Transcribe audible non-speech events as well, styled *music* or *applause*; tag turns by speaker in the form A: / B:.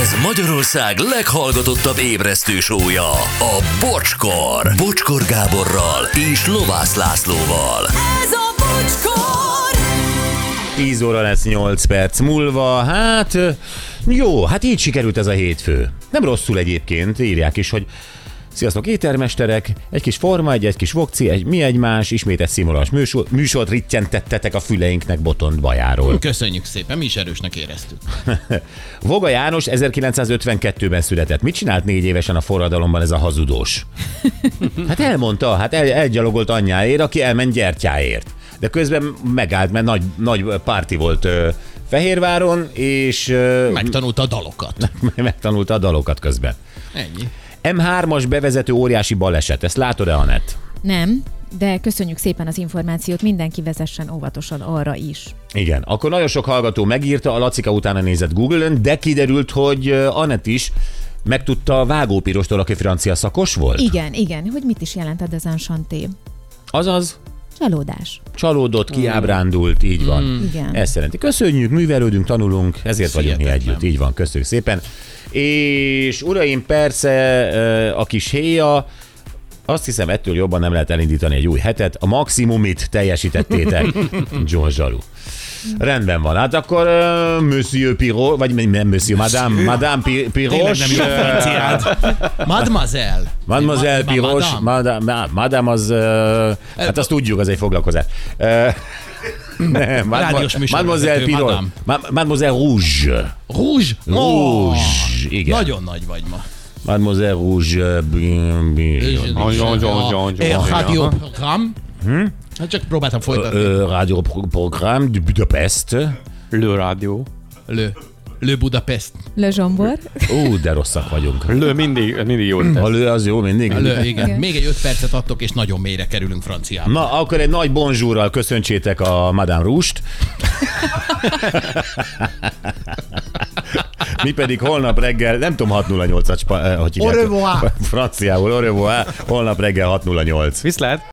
A: Ez Magyarország leghallgatottabb ébresztő sója, a Bocskor. Bocskor Gáborral és Lovász Lászlóval.
B: Ez a bocskor!
C: 10 óra lesz 8 perc múlva. Hát ö, jó, hát így sikerült ez a hétfő. Nem rosszul egyébként, írják is, hogy Sziasztok, éttermesterek! Egy kis forma, egy, egy kis vokci, egy mi egymás, ismét egy színvonalas műsor, műsort rittyentettetek a füleinknek botont bajáról.
D: Köszönjük szépen, mi is erősnek éreztük.
C: Voga János 1952-ben született. Mit csinált négy évesen a forradalomban ez a hazudós? Hát elmondta, hát el, elgyalogolt anyjáért, aki elment gyertyáért. De közben megállt, mert nagy, nagy párti volt ö, Fehérváron, és ö,
D: Megtanulta a dalokat.
C: *laughs* megtanulta a dalokat közben.
D: Ennyi.
C: M3-as bevezető óriási baleset. Ezt látod-e, Anett?
E: Nem, de köszönjük szépen az információt, mindenki vezessen óvatosan arra is.
C: Igen. Akkor nagyon sok hallgató megírta, a Lacika utána nézett Google-ön, de kiderült, hogy ö, Anett is megtudta a Vágópirostól, aki francia szakos volt.
E: Igen, igen, hogy mit is jelent a dezansanté?
C: Azaz,
E: Csalódás.
C: csalódott,
D: Mm.
C: kiábrándult, így van.
E: Igen.
C: Ezt jelenti. Köszönjük, művelődünk, tanulunk, ezért vagyunk mi
D: Hihetetlen.
C: együtt. Így van, köszönjük szépen. És uraim, persze ö, a kis héja, azt hiszem ettől jobban nem lehet elindítani egy új hetet. A maximumit
D: *laughs*
C: teljesítettétek, John Zsaru. Rendben van, hát akkor ö, Monsieur Pirot, vagy nem Monsieur, Madame, Madame Pi-
D: Tényleg
C: Piros, eh,
D: nem is a franciád. Mademoiselle.
C: Mademoiselle
D: Ma- ma-
C: Piros,
D: madame.
C: Madame, Madame az, ö, hát azt tudjuk, az egy foglalkozás. Ö, *laughs* nem,
D: Rádiós
C: Mademo-
D: műsorvezető,
C: Mademoiselle Piros,
D: madame.
C: Ma- Mademoiselle Rouge.
D: Rouge.
C: Rouge, igen.
D: Nagyon nagy vagy ma.
C: Mademoiselle Rouge. euh, ö, b- b-
F: nagyon, nagyon,
D: Egy
F: nagyon.
D: rádió program. Hát csak próbáltam folytatni.
C: ö, Radio Pro- Programme de Budapest.
F: Le rádió.
D: Lő. Lő Budapest.
E: Le zsombor.
C: Ó, de rosszak vagyunk.
F: Le mindig, mindig jót
C: A
F: tesz.
C: lő az jó mindig?
D: Lő, igen.
E: Igen.
D: Még egy öt percet adtok, és nagyon mélyre kerülünk franciába.
C: Na, akkor egy nagy bonzsúrral köszöntsétek a Madame Rúst. Mi pedig holnap reggel, nem tudom, 608-at, spa- eh, hogy hívják.
D: Au revoir.
C: Franciául, au revoir. Holnap reggel 608.
F: Viszlát!